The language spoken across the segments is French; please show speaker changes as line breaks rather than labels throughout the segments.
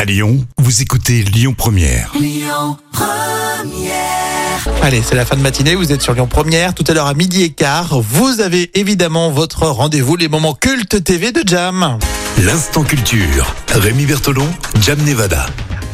À Lyon, vous écoutez Lyon Première.
Allez, c'est la fin de matinée, vous êtes sur Lyon Première, tout à l'heure à midi et quart, vous avez évidemment votre rendez-vous, les moments cultes TV de Jam.
L'instant culture. Rémi Bertolon, Jam Nevada.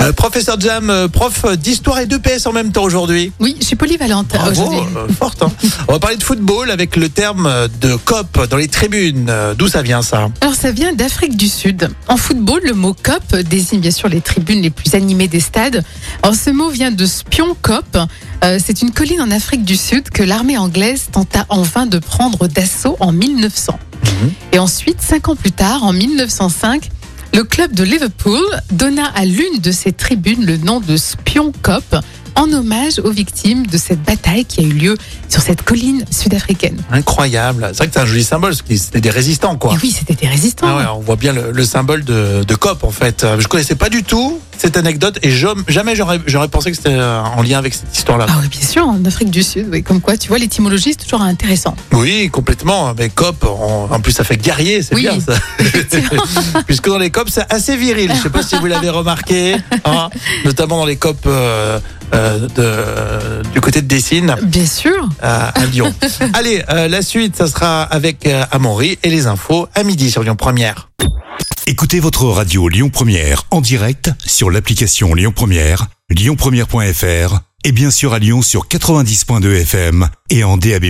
Euh, professeur Jam, euh, prof d'histoire et de PS en même temps aujourd'hui.
Oui, je suis polyvalente euh, aujourd'hui.
euh, forte. hein. On va parler de football avec le terme de COP dans les tribunes. Euh, D'où ça vient ça
Alors ça vient d'Afrique du Sud. En football, le mot COP désigne bien sûr les tribunes les plus animées des stades. Alors ce mot vient de Spion Cop. Euh, C'est une colline en Afrique du Sud que l'armée anglaise tenta en vain de prendre d'assaut en 1900.
Mhm.
Et ensuite, cinq ans plus tard, en 1905, le club de Liverpool donna à l'une de ses tribunes le nom de Spion Cop en hommage aux victimes de cette bataille qui a eu lieu sur cette colline sud-africaine.
Incroyable. C'est vrai que c'est un joli symbole, parce que c'était des résistants quoi.
Et oui, c'était des résistants.
Ah ouais, on voit bien le, le symbole de, de COP en fait. Euh, Je connaissais pas du tout cette anecdote et je- jamais j'aurais j'aurais pensé que c'était euh, en lien avec cette histoire-là.
Ah oui, bien sûr, en Afrique du Sud, oui. Comme quoi, tu vois, l'étymologie, c'est toujours intéressant.
Oui, complètement. Mais COP, en, en plus ça fait guerrier, c'est
Oui.
bien ça. Puisque dans les COP, c'est assez viril. Je sais pas si vous l'avez remarqué, hein, notamment dans les COP euh, euh, de, du côté de Dessine
Bien sûr.
à, à Lyon. Allez, euh, la suite, ça sera avec euh, Amaury et les infos à midi sur Lyon Première.
Écoutez votre radio Lyon Première en direct sur l'application Lyon Première, lyonpremière.fr et bien sûr à Lyon sur 90.2 FM et en DAB+.